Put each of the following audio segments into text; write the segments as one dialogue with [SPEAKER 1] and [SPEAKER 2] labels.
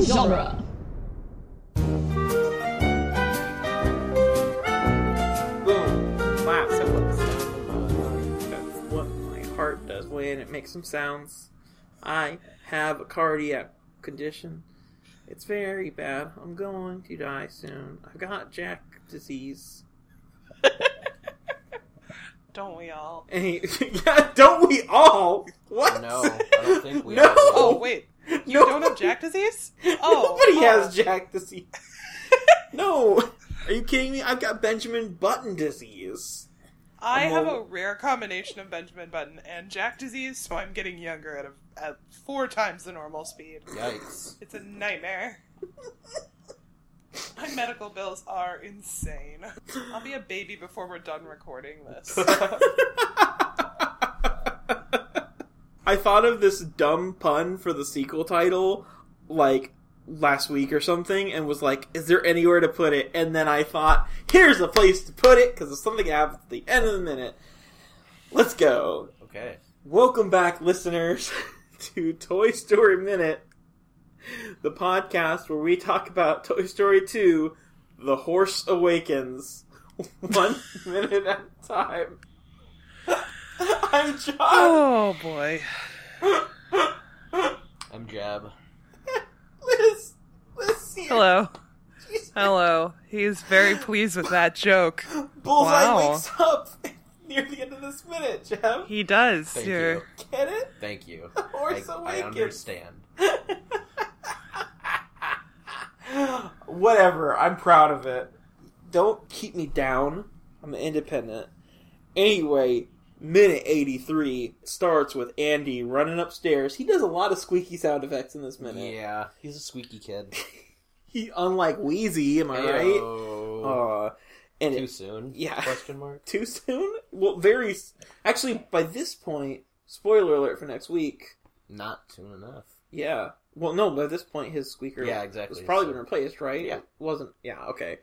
[SPEAKER 1] genre.
[SPEAKER 2] Boom. Claps at what sound That's what my heart does when it makes some sounds. I have a cardiac condition. It's very bad. I'm going to die soon. I've got Jack disease.
[SPEAKER 3] Don't we all?
[SPEAKER 2] And he, yeah, don't we all? What?
[SPEAKER 4] No, I don't think we
[SPEAKER 2] no.
[SPEAKER 4] all do.
[SPEAKER 3] Oh wait, you
[SPEAKER 2] No.
[SPEAKER 3] don't have Jack disease? Oh,
[SPEAKER 2] Nobody
[SPEAKER 3] oh.
[SPEAKER 2] has Jack disease. no. Are you kidding me? I've got Benjamin Button disease.
[SPEAKER 3] I
[SPEAKER 2] I'm
[SPEAKER 3] have
[SPEAKER 2] old.
[SPEAKER 3] a rare combination of Benjamin Button and Jack disease, so I'm getting younger at, a, at four times the normal speed.
[SPEAKER 4] Yikes.
[SPEAKER 3] It's a nightmare. My medical bills are insane. I'll be a baby before we're done recording this.
[SPEAKER 2] I thought of this dumb pun for the sequel title like last week or something and was like, is there anywhere to put it? And then I thought, here's a place to put it because if something happens at the end of the minute, let's go.
[SPEAKER 4] Okay.
[SPEAKER 2] Welcome back, listeners, to Toy Story Minute, the podcast where we talk about Toy Story 2 The Horse Awakens, one minute at a time. I'm John.
[SPEAKER 3] Oh boy.
[SPEAKER 4] I'm Jab.
[SPEAKER 2] Liz. Liz here.
[SPEAKER 3] Hello.
[SPEAKER 2] She's-
[SPEAKER 3] Hello. He's very pleased with that joke.
[SPEAKER 2] Bullseye
[SPEAKER 3] Wow.
[SPEAKER 2] wakes up near the end of this minute, Jeff.
[SPEAKER 3] He does.
[SPEAKER 4] Thank
[SPEAKER 3] you're-
[SPEAKER 4] you.
[SPEAKER 2] Get it?
[SPEAKER 4] Thank you.
[SPEAKER 2] Horse
[SPEAKER 4] I, I
[SPEAKER 2] Awakens.
[SPEAKER 4] understand.
[SPEAKER 2] Whatever. I'm proud of it. Don't keep me down. I'm independent. Anyway, minute 83 starts with Andy running upstairs. He does a lot of squeaky sound effects in this minute.
[SPEAKER 4] Yeah, he's a squeaky kid.
[SPEAKER 2] He, unlike Wheezy, am I right?
[SPEAKER 4] Ayo.
[SPEAKER 2] Uh, and
[SPEAKER 4] Oh, Too
[SPEAKER 2] it,
[SPEAKER 4] soon?
[SPEAKER 2] Yeah.
[SPEAKER 4] Question mark.
[SPEAKER 2] too soon? Well, very. s- Actually, by this point, spoiler alert for next week.
[SPEAKER 4] Not soon enough.
[SPEAKER 2] Yeah. Well, no, by this point, his squeaker
[SPEAKER 4] Yeah, exactly.
[SPEAKER 2] was probably
[SPEAKER 4] So-
[SPEAKER 2] been replaced, right?
[SPEAKER 4] Yeah.
[SPEAKER 2] It wasn't. Yeah, okay.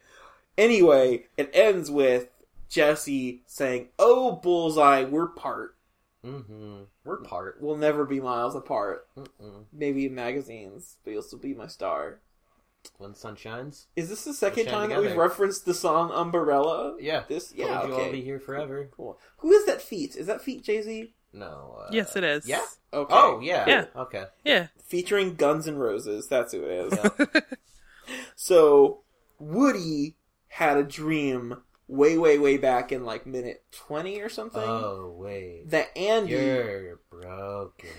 [SPEAKER 2] Anyway, it ends with Jesse saying, Oh, Bullseye, we're part.
[SPEAKER 4] Mm-hmm. We're part.
[SPEAKER 2] We'll never be miles apart.
[SPEAKER 4] Mm-mm.
[SPEAKER 2] Maybe in magazines, but you'll still be my star.
[SPEAKER 4] When the sun shines.
[SPEAKER 2] Is this the second
[SPEAKER 4] shine
[SPEAKER 2] time that
[SPEAKER 4] together.
[SPEAKER 2] we've referenced the song Umbrella?
[SPEAKER 4] Yeah.
[SPEAKER 2] This?
[SPEAKER 4] Told
[SPEAKER 2] Yeah,
[SPEAKER 4] you
[SPEAKER 2] okay.
[SPEAKER 4] I'll be here forever.
[SPEAKER 2] Cool. Who is that feat? Is that feat Jay Z?
[SPEAKER 4] No. Uh,
[SPEAKER 5] Yes, it is.
[SPEAKER 4] Yeah.
[SPEAKER 2] Okay.
[SPEAKER 4] Oh, yeah.
[SPEAKER 5] Yeah.
[SPEAKER 4] Okay.
[SPEAKER 5] Yeah.
[SPEAKER 2] Featuring Guns N' Roses. That's who it is.
[SPEAKER 4] Yeah.
[SPEAKER 2] So Woody had a dream way, way, way back in like minute twenty or something
[SPEAKER 4] oh wait.
[SPEAKER 2] that Andy,
[SPEAKER 4] You're broken.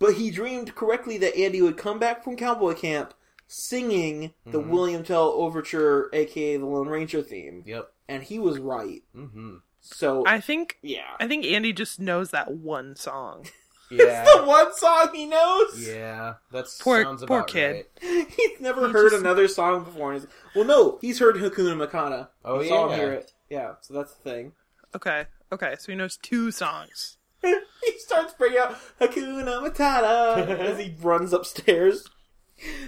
[SPEAKER 2] but he dreamed correctly that Andy would come back from cowboy camp singing the
[SPEAKER 4] Mhm.
[SPEAKER 2] William Tell Overture, aka the Lone Ranger theme,
[SPEAKER 4] Yep.
[SPEAKER 2] and he was right.
[SPEAKER 4] Mm-hmm.
[SPEAKER 2] So
[SPEAKER 5] I think
[SPEAKER 2] yeah,
[SPEAKER 5] I think Andy just knows that one song.
[SPEAKER 4] Yeah.
[SPEAKER 2] the one song he knows.
[SPEAKER 4] yeah. That's
[SPEAKER 5] Poor-
[SPEAKER 4] sounds
[SPEAKER 5] poor
[SPEAKER 4] about
[SPEAKER 5] kid.
[SPEAKER 4] right.
[SPEAKER 2] He's never
[SPEAKER 5] He
[SPEAKER 2] heard
[SPEAKER 5] just-
[SPEAKER 2] another song before. and he's- Well, no, he's heard Hakuna Matata.
[SPEAKER 4] Oh,
[SPEAKER 2] He saw him
[SPEAKER 4] yeah.
[SPEAKER 2] hear it. Yeah, so that's the thing.
[SPEAKER 5] Okay. Okay. So he knows two songs.
[SPEAKER 2] he starts bringing out Hakuna Matata as he runs upstairs.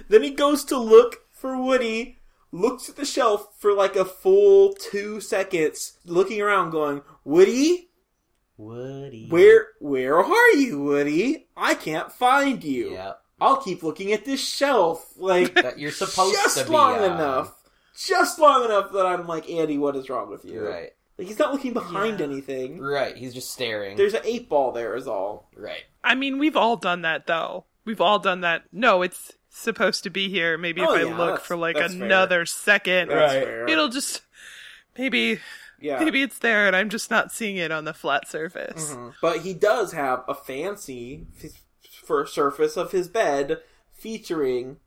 [SPEAKER 2] Then he goes to look for Woody, looks at the shelf for like a full two seconds, looking around, going, Woody,
[SPEAKER 4] Woody.
[SPEAKER 2] where where are you, Woody? I can't find you.
[SPEAKER 4] Yeah.
[SPEAKER 2] I'll keep looking at this shelf. Like
[SPEAKER 4] That you're supposed
[SPEAKER 2] just
[SPEAKER 4] to be
[SPEAKER 2] long
[SPEAKER 4] on.
[SPEAKER 2] enough. Just long enough that I'm like, Andy, what is wrong with you?
[SPEAKER 4] Right.
[SPEAKER 2] Like he's not looking behind
[SPEAKER 5] Yeah.
[SPEAKER 2] anything.
[SPEAKER 4] Right. He's just staring.
[SPEAKER 2] There's an eight ball there is all.
[SPEAKER 4] Right.
[SPEAKER 5] I mean, we've all done that though. We've all done that. No, it's supposed to be here. Maybe
[SPEAKER 2] Oh,
[SPEAKER 5] if
[SPEAKER 2] yeah,
[SPEAKER 5] I look
[SPEAKER 2] that's-
[SPEAKER 5] for like
[SPEAKER 2] that's fair.
[SPEAKER 5] another second,
[SPEAKER 2] That's
[SPEAKER 4] Right.
[SPEAKER 2] fair.
[SPEAKER 5] it'll just maybe
[SPEAKER 2] yeah.
[SPEAKER 5] maybe it's there and I'm just not seeing it on the flat surface.
[SPEAKER 4] Mm-hmm.
[SPEAKER 2] Mm-hmm. But he does have a fancy f- for surface of his bed featuring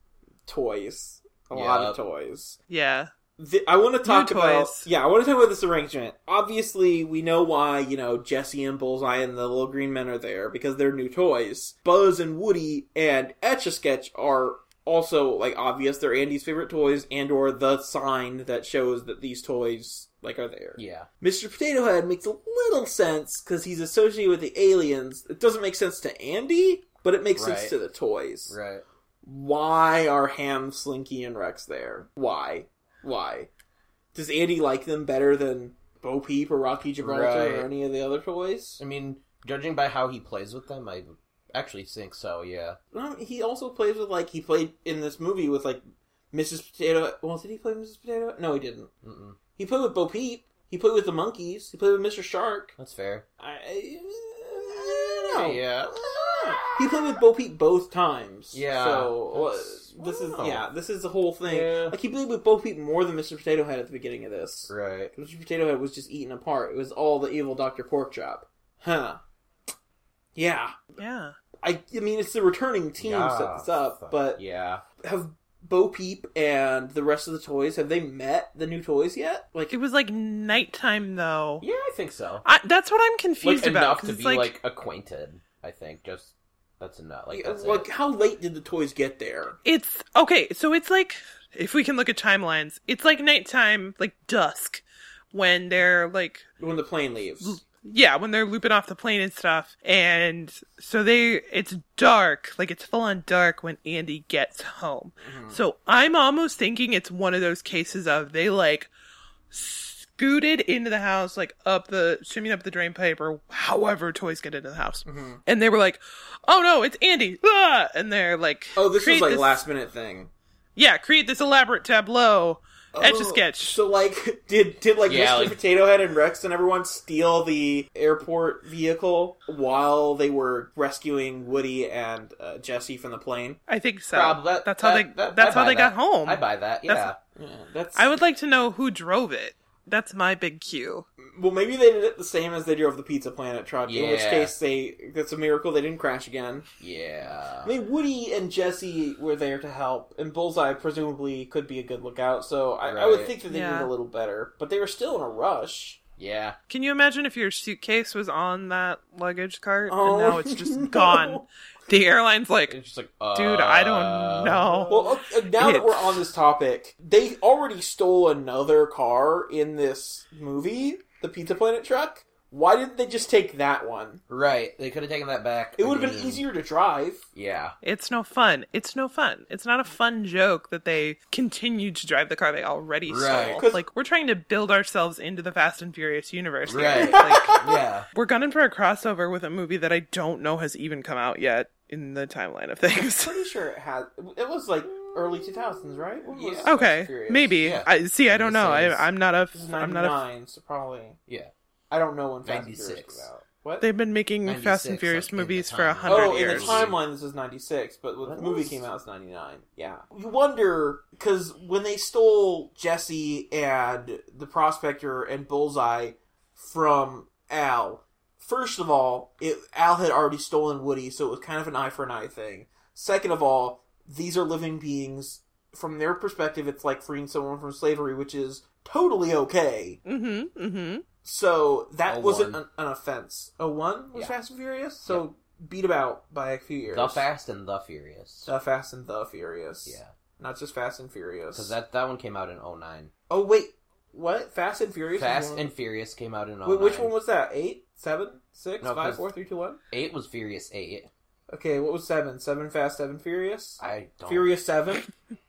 [SPEAKER 2] toys, a lot of
[SPEAKER 4] Yup.
[SPEAKER 2] toys.
[SPEAKER 5] Yeah.
[SPEAKER 2] Th I want to talk about
[SPEAKER 5] toys.
[SPEAKER 2] yeah, I want to talk about this arrangement. Obviously, we know why you know Jesse and Bullseye and the little green men are there because they're new toys. Buzz and Woody and Etch a Sketch are also like obvious. They're Andy's favorite toys and or the sign that shows that these toys like are there.
[SPEAKER 4] Yeah.
[SPEAKER 2] Mr. Potato Head makes a little sense because he's associated with the aliens. It doesn't make sense to Andy, but it makes sense
[SPEAKER 4] Right.
[SPEAKER 2] to the toys.
[SPEAKER 4] Right.
[SPEAKER 2] Why are Ham, Slinky, and Rex there? Why? Why? Does Andy like them better than Bo Peep or Rocky Gibraltar
[SPEAKER 4] Right.
[SPEAKER 2] or any of the other toys?
[SPEAKER 4] I mean, judging by how he plays with them, I actually think so. Yeah.
[SPEAKER 2] Um, he also plays with like he played in this movie with like Mrs. Potato. Well, did he play Mrs. Potato? No, he didn't.
[SPEAKER 4] Mm-mm.
[SPEAKER 2] He played with Bo Peep. He played with the monkeys. He played with Mr. Shark.
[SPEAKER 4] That's fair.
[SPEAKER 2] I, I don't know.
[SPEAKER 4] Yeah.
[SPEAKER 2] He played with Bo Peep both times.
[SPEAKER 4] Yeah,
[SPEAKER 2] So uh,
[SPEAKER 4] that's-
[SPEAKER 2] this is
[SPEAKER 4] wow.
[SPEAKER 2] yeah, this is the whole thing.
[SPEAKER 4] Yeah.
[SPEAKER 2] Like he played with Bo Peep more than Mr. Potato Head at the beginning of this.
[SPEAKER 4] Right.
[SPEAKER 2] Mr. Potato Head was just eaten apart. It was all the evil Dr. Porkchop. Huh. Yeah.
[SPEAKER 5] Yeah.
[SPEAKER 2] I, I mean, it's the returning team set this up, but
[SPEAKER 4] yeah.
[SPEAKER 2] have Bo Peep and the rest of the toys, have they met the new toys yet? Like,
[SPEAKER 5] It was like nighttime though.
[SPEAKER 4] Yeah, I think so.
[SPEAKER 5] I, that's what I'm confused
[SPEAKER 4] Like
[SPEAKER 5] about.
[SPEAKER 4] enough
[SPEAKER 5] 'cause
[SPEAKER 4] to
[SPEAKER 5] it's
[SPEAKER 4] be
[SPEAKER 5] like,
[SPEAKER 4] like, acquainted. I think just that's enough. Like that's
[SPEAKER 2] uh, like
[SPEAKER 4] it.
[SPEAKER 2] how late did the toys get there?
[SPEAKER 5] it's okay. So it's like if we can look at timelines, it's like nighttime, like dusk, when they're like
[SPEAKER 2] When the plane
[SPEAKER 4] Mm.
[SPEAKER 2] leaves.
[SPEAKER 5] yeah, when they're looping off the plane and stuff. And so they, it's dark, like it's full on dark when Andy gets home.
[SPEAKER 4] Mm-hmm.
[SPEAKER 5] So I'm almost thinking it's one of those cases of they like scooted into the house, like up the, shimming up the drain pipe or however toys get into the house.
[SPEAKER 4] Mm-hmm.
[SPEAKER 5] And they were like, oh no, it's Andy. Ah! And they're like,
[SPEAKER 2] Oh, this was
[SPEAKER 5] create
[SPEAKER 2] like last minute thing.
[SPEAKER 5] Yeah, create this elaborate tableau. Etch a
[SPEAKER 2] Oh,
[SPEAKER 5] sketch.
[SPEAKER 2] So, like, did did like
[SPEAKER 4] Yeah,
[SPEAKER 2] Mr.
[SPEAKER 4] like-
[SPEAKER 2] Potato Head and Rex and everyone steal the airport vehicle while they were rescuing Woody and uh, Jesse from the plane?
[SPEAKER 5] I think so.
[SPEAKER 4] Rob, that-
[SPEAKER 5] that's how
[SPEAKER 4] that-
[SPEAKER 5] they.
[SPEAKER 4] that-
[SPEAKER 5] that's
[SPEAKER 4] I
[SPEAKER 5] how
[SPEAKER 4] buy
[SPEAKER 5] they got
[SPEAKER 4] that.
[SPEAKER 5] home.
[SPEAKER 4] I buy that. Yeah.
[SPEAKER 5] That's-
[SPEAKER 2] Yeah, that's
[SPEAKER 5] I would like to know who drove it. That's my big cue.
[SPEAKER 2] Well, maybe they did it the same as they drove the Pizza Planet truck. In which
[SPEAKER 4] Yeah.
[SPEAKER 2] case, they—that's a miracle they didn't crash again.
[SPEAKER 4] yeah.
[SPEAKER 2] I mean, Woody and Jesse were there to help, and Bullseye presumably could be a good lookout. So I, I would
[SPEAKER 4] Right.
[SPEAKER 2] think that they
[SPEAKER 5] Yeah.
[SPEAKER 2] did a little better, but they were still in a rush.
[SPEAKER 4] Yeah.
[SPEAKER 5] Can you imagine if your suitcase was on that luggage cart
[SPEAKER 2] Oh,
[SPEAKER 5] and now it's just
[SPEAKER 2] no.
[SPEAKER 5] gone? The airline's like,
[SPEAKER 4] It's just like, uh,
[SPEAKER 5] dude, I don't know.
[SPEAKER 2] Well, okay, now that we're
[SPEAKER 5] It's-
[SPEAKER 2] on this topic, they already stole another car in this movie, the Pizza Planet truck. Why didn't they just take that one?
[SPEAKER 4] Right. They could have taken that back.
[SPEAKER 2] It
[SPEAKER 4] I
[SPEAKER 2] would have been
[SPEAKER 4] mean,
[SPEAKER 2] easier to drive.
[SPEAKER 4] Yeah.
[SPEAKER 5] It's no fun. It's no fun. It's not a fun joke that they continue to drive the car they already
[SPEAKER 4] Right.
[SPEAKER 5] stole.
[SPEAKER 2] 'Cause-
[SPEAKER 5] Like we're trying to build ourselves into the Fast and Furious universe. here.
[SPEAKER 4] Right.
[SPEAKER 5] Like
[SPEAKER 4] Yeah.
[SPEAKER 5] we're gunning for a crossover with a movie that I don't know has even come out yet in the timeline of things.
[SPEAKER 2] Pretty sure it had. It was like early two thousands, right? When was
[SPEAKER 4] Yeah.
[SPEAKER 2] Fast and
[SPEAKER 5] Okay,
[SPEAKER 2] Furious?
[SPEAKER 5] maybe.
[SPEAKER 4] Yeah.
[SPEAKER 5] I see. I don't know.
[SPEAKER 4] This is-
[SPEAKER 5] I, I'm not a.
[SPEAKER 2] This is
[SPEAKER 5] I'm not a
[SPEAKER 2] 99, so probably.
[SPEAKER 4] Yeah.
[SPEAKER 2] I don't know when Fast and Furious
[SPEAKER 4] 96.
[SPEAKER 2] came out. What?
[SPEAKER 5] They've been making Fast
[SPEAKER 4] 96,
[SPEAKER 5] and
[SPEAKER 4] like,
[SPEAKER 5] Furious
[SPEAKER 4] in the
[SPEAKER 5] movies for a
[SPEAKER 4] timeline.
[SPEAKER 5] hundred
[SPEAKER 2] oh,
[SPEAKER 5] years.
[SPEAKER 2] in the timeline, this is 96, but when the
[SPEAKER 4] What?
[SPEAKER 2] movie came out, it's 99. Yeah. You wonder, because when they stole Jesse and the Prospector and Bullseye from Al, first of all, it, Al had already stolen Woody, so it was kind of an eye for an eye thing. Second of all, these are living beings. From their perspective, it's like freeing someone from slavery, which is totally okay.
[SPEAKER 5] Mm-hmm. Mm-hmm.
[SPEAKER 2] So that
[SPEAKER 4] A
[SPEAKER 2] wasn't
[SPEAKER 4] one.
[SPEAKER 2] an, an offense. A one was
[SPEAKER 4] Yeah.
[SPEAKER 2] Fast and Furious, so beat about by a few years.
[SPEAKER 4] The Fast and the Furious.
[SPEAKER 2] the Fast and the Furious.
[SPEAKER 4] Yeah.
[SPEAKER 2] not just Fast and Furious.
[SPEAKER 4] Because that, that one came out in 09.
[SPEAKER 2] Oh wait, what? Fast and Furious. was
[SPEAKER 4] Fast
[SPEAKER 2] one-
[SPEAKER 4] and Furious came out in 09.
[SPEAKER 2] wait, which one was that? Eight, seven, six,
[SPEAKER 4] No,
[SPEAKER 2] five,
[SPEAKER 4] 'cause-
[SPEAKER 2] four, three, two, one.
[SPEAKER 4] 8 was Furious 8.
[SPEAKER 2] Okay, what was seven? Seven Fast, seven Furious.
[SPEAKER 4] I don't.
[SPEAKER 2] Furious seven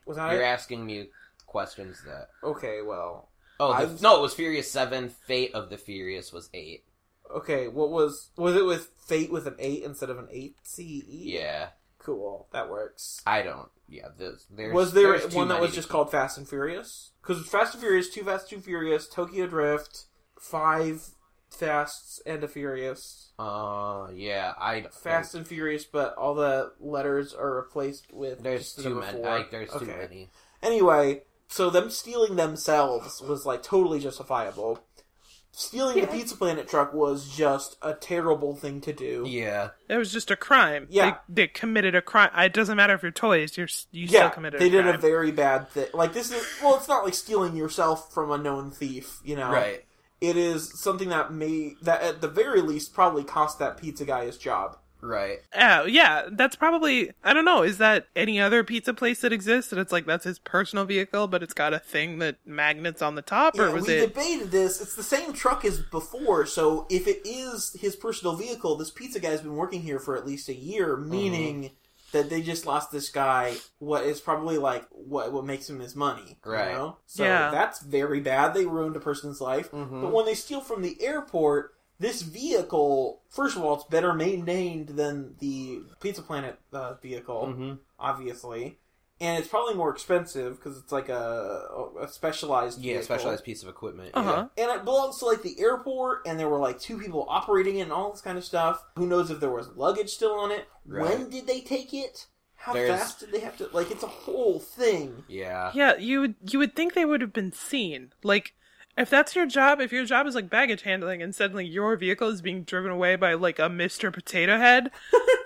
[SPEAKER 2] was that
[SPEAKER 4] You're
[SPEAKER 2] it?
[SPEAKER 4] asking me questions that.
[SPEAKER 2] Okay, well,
[SPEAKER 4] Oh,
[SPEAKER 2] I
[SPEAKER 4] the,
[SPEAKER 2] was-
[SPEAKER 4] no, it was Furious 7. Fate of the Furious was 8.
[SPEAKER 2] okay. What was was it with Fate with an eight instead of an eight? C E.
[SPEAKER 4] Yeah.
[SPEAKER 2] cool. That works.
[SPEAKER 4] I don't. Yeah. There's, there's,
[SPEAKER 2] was there
[SPEAKER 4] there's too
[SPEAKER 2] one that
[SPEAKER 4] many
[SPEAKER 2] was
[SPEAKER 4] to
[SPEAKER 2] just
[SPEAKER 4] keep.
[SPEAKER 2] called Fast and Furious? Because Fast and Furious, Too Fast, Too Furious, Tokyo Drift, Five Fasts and a Furious,
[SPEAKER 4] Uh, yeah. I. don't-
[SPEAKER 2] Fast and Furious, but all the letters are replaced with
[SPEAKER 4] There's
[SPEAKER 2] just the
[SPEAKER 4] too
[SPEAKER 2] number
[SPEAKER 4] many.
[SPEAKER 2] four.
[SPEAKER 4] Like, there's too
[SPEAKER 2] Okay.
[SPEAKER 4] many.
[SPEAKER 2] Anyway, so them stealing themselves was like totally justifiable. Stealing the Pizza Planet truck was just a terrible thing to do.
[SPEAKER 4] Yeah.
[SPEAKER 5] It was just a crime.
[SPEAKER 2] Yeah.
[SPEAKER 5] they, they committed a crime. It doesn't matter if you're toys. You're s- you still
[SPEAKER 2] Yeah,
[SPEAKER 5] committed.
[SPEAKER 2] they
[SPEAKER 5] a
[SPEAKER 2] did
[SPEAKER 5] crime.
[SPEAKER 2] a very bad thing. Like this is well, it's not like stealing yourself from a known thief, you know.
[SPEAKER 4] Right.
[SPEAKER 2] it is something that may that at the very least probably cost that pizza guy his job.
[SPEAKER 4] Right.
[SPEAKER 5] Oh, yeah, that's probably. I don't know. Is that any other pizza place that exists? And it's like that's his personal vehicle, but it's got a thing that magnets on the top, or
[SPEAKER 2] Yeah,
[SPEAKER 5] was
[SPEAKER 2] we
[SPEAKER 5] it?
[SPEAKER 2] debated this. It's the same truck as before, so if it is his personal vehicle, this pizza guy's been working here for at least a year, meaning
[SPEAKER 4] Mm-hmm.
[SPEAKER 2] that they just lost this guy. What is probably like what what makes him his money, you
[SPEAKER 4] Right.
[SPEAKER 2] know? So
[SPEAKER 5] Yeah.
[SPEAKER 2] that's very bad. They ruined a person's life.
[SPEAKER 4] Mhm.
[SPEAKER 2] But when they steal from the airport, this vehicle, first of all, it's better maintained than the Pizza Planet uh, vehicle,
[SPEAKER 4] Mm-hmm.
[SPEAKER 2] obviously, and it's probably more expensive because it's like a, a specialized
[SPEAKER 4] Yeah,
[SPEAKER 2] vehicle.
[SPEAKER 4] specialized piece of equipment.
[SPEAKER 5] Uh huh.
[SPEAKER 2] And it belongs to like the airport, and there were like two people operating it and all this kind of stuff. Who knows if there was luggage still on it?
[SPEAKER 4] Right.
[SPEAKER 2] When did they take it? How
[SPEAKER 4] There's-
[SPEAKER 2] fast did they have to? Like, it's a whole thing.
[SPEAKER 4] Yeah.
[SPEAKER 5] Yeah, you would you would think they would have been seen. Like if that's your job, if your job is like baggage handling and suddenly your vehicle is being driven away by like a Mr. Potato Head,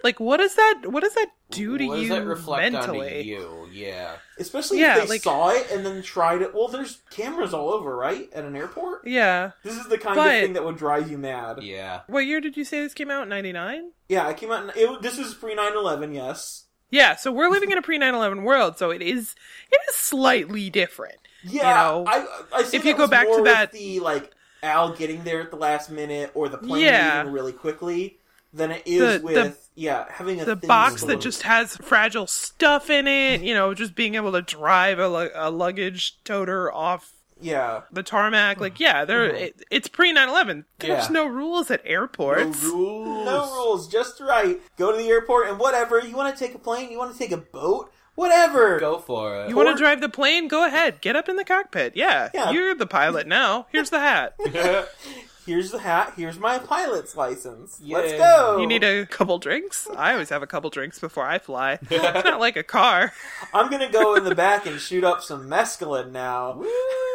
[SPEAKER 5] like what does that what does that do to
[SPEAKER 4] what
[SPEAKER 5] you
[SPEAKER 4] does that reflect
[SPEAKER 5] mentally?
[SPEAKER 4] onto you? Yeah.
[SPEAKER 2] Especially
[SPEAKER 5] Yeah,
[SPEAKER 2] if they
[SPEAKER 5] like-
[SPEAKER 2] saw it and then tried it. Well, there's cameras all over, right? At an airport?
[SPEAKER 5] Yeah.
[SPEAKER 2] This is the kind
[SPEAKER 5] But-
[SPEAKER 2] of thing that would drive you mad. Yeah,
[SPEAKER 4] Yeah.
[SPEAKER 5] What year did you say this came out? 99?
[SPEAKER 2] it came out. In, it, this is pre 9 11, yes.
[SPEAKER 5] Yeah, so we're living in a pre-9/11 world, so it is it is slightly different.
[SPEAKER 2] Yeah,
[SPEAKER 5] You know,
[SPEAKER 2] I, I say
[SPEAKER 5] if you
[SPEAKER 2] that
[SPEAKER 5] go
[SPEAKER 2] was
[SPEAKER 5] back to
[SPEAKER 2] more with
[SPEAKER 5] that-
[SPEAKER 2] the like Al getting there at the last minute or the plane
[SPEAKER 5] Yeah.
[SPEAKER 2] leaving really quickly, than it is
[SPEAKER 5] The-
[SPEAKER 2] with
[SPEAKER 5] the-
[SPEAKER 2] yeah having a
[SPEAKER 5] The
[SPEAKER 2] thin
[SPEAKER 5] box
[SPEAKER 2] balloon.
[SPEAKER 5] that just has fragile stuff in it, you know, just being able to drive a, lu- a luggage toter off
[SPEAKER 2] yeah
[SPEAKER 5] the tarmac. Like,
[SPEAKER 2] Mm-hmm.
[SPEAKER 5] yeah, there it, it's pre 9/11. There's
[SPEAKER 4] Yeah.
[SPEAKER 5] no rules at airports.
[SPEAKER 4] rules.
[SPEAKER 2] no rules just right. Go to the airport and whatever you want to take a plane, you want to take a boat, whatever.
[SPEAKER 4] Go for it.
[SPEAKER 5] you want to
[SPEAKER 2] Or-
[SPEAKER 5] drive the plane? Go ahead. Get up in the cockpit. Yeah,
[SPEAKER 2] Yeah.
[SPEAKER 5] you're the pilot now. Here's the hat.
[SPEAKER 2] Here's the hat. Here's my pilot's license. Let's
[SPEAKER 4] Yay.
[SPEAKER 2] go.
[SPEAKER 5] You need a couple drinks. I always have a couple drinks before I fly. it's not like a car.
[SPEAKER 2] I'm gonna go in the back and shoot up some mescaline now.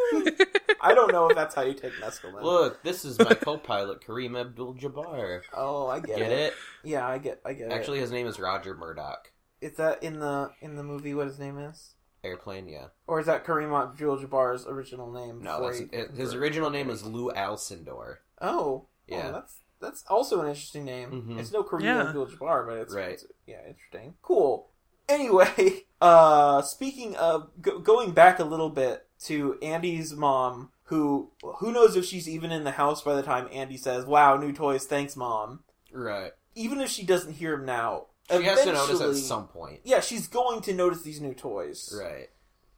[SPEAKER 2] I don't know if that's how you take mescaline.
[SPEAKER 4] Look, this is my co-pilot Kareem Abdul-Jabbar.
[SPEAKER 2] Oh, I get,
[SPEAKER 4] Get it?
[SPEAKER 2] Yeah, I get. I get
[SPEAKER 4] Actually, his name is Roger Murdoch.
[SPEAKER 2] it. Is that in the in the movie? What his name is?
[SPEAKER 4] Airplane, yeah.
[SPEAKER 2] Or is that Kareem Abdul-Jabbar's original name?
[SPEAKER 4] No,
[SPEAKER 2] before
[SPEAKER 4] that's
[SPEAKER 2] he-
[SPEAKER 4] it, his original name is Lou Alcindor.
[SPEAKER 2] Oh, yeah.
[SPEAKER 4] Yeah.
[SPEAKER 2] that's that's also an interesting name.
[SPEAKER 4] Mhm.
[SPEAKER 2] It's no Kareem
[SPEAKER 5] Yeah.
[SPEAKER 2] Abdul-Jabbar, but it's,
[SPEAKER 4] Right.
[SPEAKER 2] it's- yeah, interesting. Cool. Anyway, uh, speaking of go- going back a little bit to Andy's mom, who who knows if she's even in the house by the time Andy says, "Wow, new toys, thanks, mom."
[SPEAKER 4] Right.
[SPEAKER 2] Even if she doesn't hear him now,
[SPEAKER 4] She has to notice at
[SPEAKER 2] eventually-
[SPEAKER 4] some point.
[SPEAKER 2] Yeah, she's going to notice these new toys.
[SPEAKER 4] Right.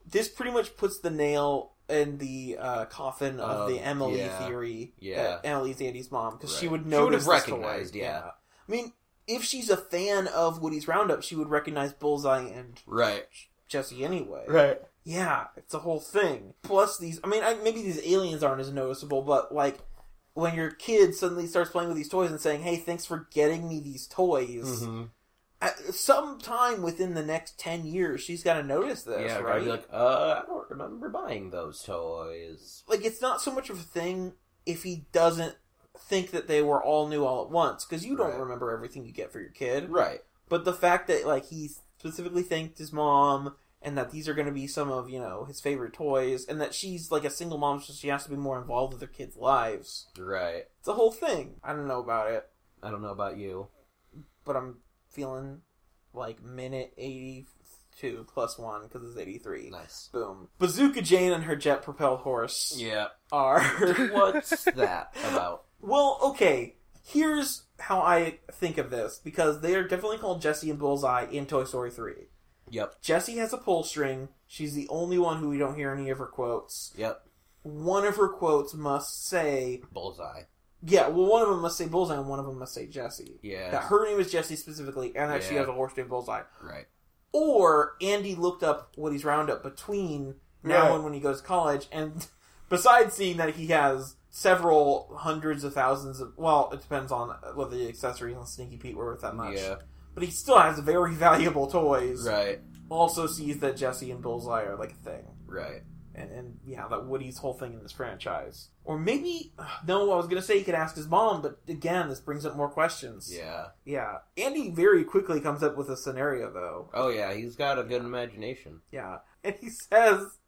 [SPEAKER 2] this pretty much puts the nail in the uh, coffin of
[SPEAKER 4] Of-
[SPEAKER 2] the Emily
[SPEAKER 4] yeah.
[SPEAKER 2] theory. uh,
[SPEAKER 4] Yeah.
[SPEAKER 2] that Emily's E Andy's mom because she
[SPEAKER 4] Right.
[SPEAKER 2] would
[SPEAKER 4] She would
[SPEAKER 2] notice.
[SPEAKER 4] have
[SPEAKER 2] this
[SPEAKER 4] recognized,
[SPEAKER 2] toy.
[SPEAKER 4] yeah.
[SPEAKER 2] I mean, if she's a fan of Woody's Roundup, she would recognize Bullseye and
[SPEAKER 4] Right.
[SPEAKER 2] Jesse anyway.
[SPEAKER 4] Right.
[SPEAKER 2] Yeah, it's a whole thing. Plus these, I mean, I, maybe these aliens aren't as noticeable, but like when your kid suddenly starts playing with these toys and saying, "Hey, thanks for getting me these toys."
[SPEAKER 4] Mm-hmm.
[SPEAKER 2] I, sometime within the next ten years, she's got to notice this,
[SPEAKER 4] Yeah,
[SPEAKER 2] right?
[SPEAKER 4] I'd be like, uh, I don't remember buying those toys.
[SPEAKER 2] like it's not so much of a thing if he doesn't think that they were all new all at once because you don't
[SPEAKER 4] Right.
[SPEAKER 2] remember everything you get for your kid
[SPEAKER 4] Right.
[SPEAKER 2] but the fact that like he specifically thanked his mom and that these are going to be some of you know his favorite toys and that she's like a single mom so she has to be more involved with her kids lives
[SPEAKER 4] Right.
[SPEAKER 2] it's a whole thing i don't know about it
[SPEAKER 4] I don't know about you.
[SPEAKER 2] but i'm feeling like minute 82 plus one because it's 83
[SPEAKER 4] Nice.
[SPEAKER 2] boom bazooka jane and her jet propelled horse
[SPEAKER 4] Yeah.
[SPEAKER 2] are
[SPEAKER 4] What's that about?
[SPEAKER 2] Well, okay. Here's how I think of this because they are definitely called Jesse and Bullseye in Toy Story 3.
[SPEAKER 4] Yep.
[SPEAKER 2] Jesse has a pull string. She's the only one who we don't hear any of her quotes.
[SPEAKER 4] Yep.
[SPEAKER 2] One of her quotes must say,
[SPEAKER 4] Bullseye.
[SPEAKER 2] yeah, well, one of them must say Bullseye and one of them must say Jesse.
[SPEAKER 4] Yeah.
[SPEAKER 2] That her name is Jesse specifically and that she
[SPEAKER 4] Yeah.
[SPEAKER 2] has a horse named Bullseye.
[SPEAKER 4] Right.
[SPEAKER 2] Or Andy looked up Woody's Roundup between now
[SPEAKER 4] Right.
[SPEAKER 2] and when he goes to college, and besides seeing that he has several hundreds of thousands of well, it depends on whether the accessories on Sneaky Pete were worth that much.
[SPEAKER 4] Yeah.
[SPEAKER 2] But he still has very valuable toys.
[SPEAKER 4] Right.
[SPEAKER 2] Also sees that Jesse and Bullseye are like a thing.
[SPEAKER 4] Right.
[SPEAKER 2] And, and yeah, that Woody's whole thing in this franchise. Or maybe no, I was gonna say he could ask his mom, but again, this brings up more questions.
[SPEAKER 4] Yeah.
[SPEAKER 2] Yeah. Andy very quickly comes up with a scenario though.
[SPEAKER 4] Oh yeah, he's got a good imagination.
[SPEAKER 2] Yeah. And he says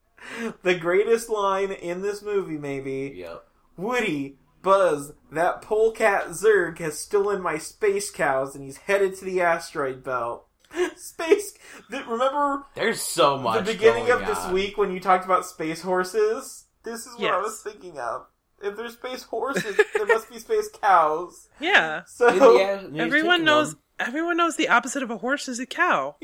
[SPEAKER 2] the greatest line in this movie, maybe
[SPEAKER 4] Yep.
[SPEAKER 2] Woody, Buzz, that polecat Zerg has stolen my space cows and he's headed to the asteroid belt. Space. Th- remember
[SPEAKER 4] There's so much.
[SPEAKER 2] the beginning of
[SPEAKER 4] going
[SPEAKER 2] this
[SPEAKER 4] on.
[SPEAKER 2] week when you talked about space horses? This is what I
[SPEAKER 5] Yes.
[SPEAKER 2] was thinking of. If there's space horses, there must be space cows.
[SPEAKER 5] Yeah.
[SPEAKER 2] So
[SPEAKER 4] Yeah, he's
[SPEAKER 5] everyone
[SPEAKER 4] taking
[SPEAKER 5] knows
[SPEAKER 4] them.
[SPEAKER 5] everyone knows the opposite of a horse is a cow.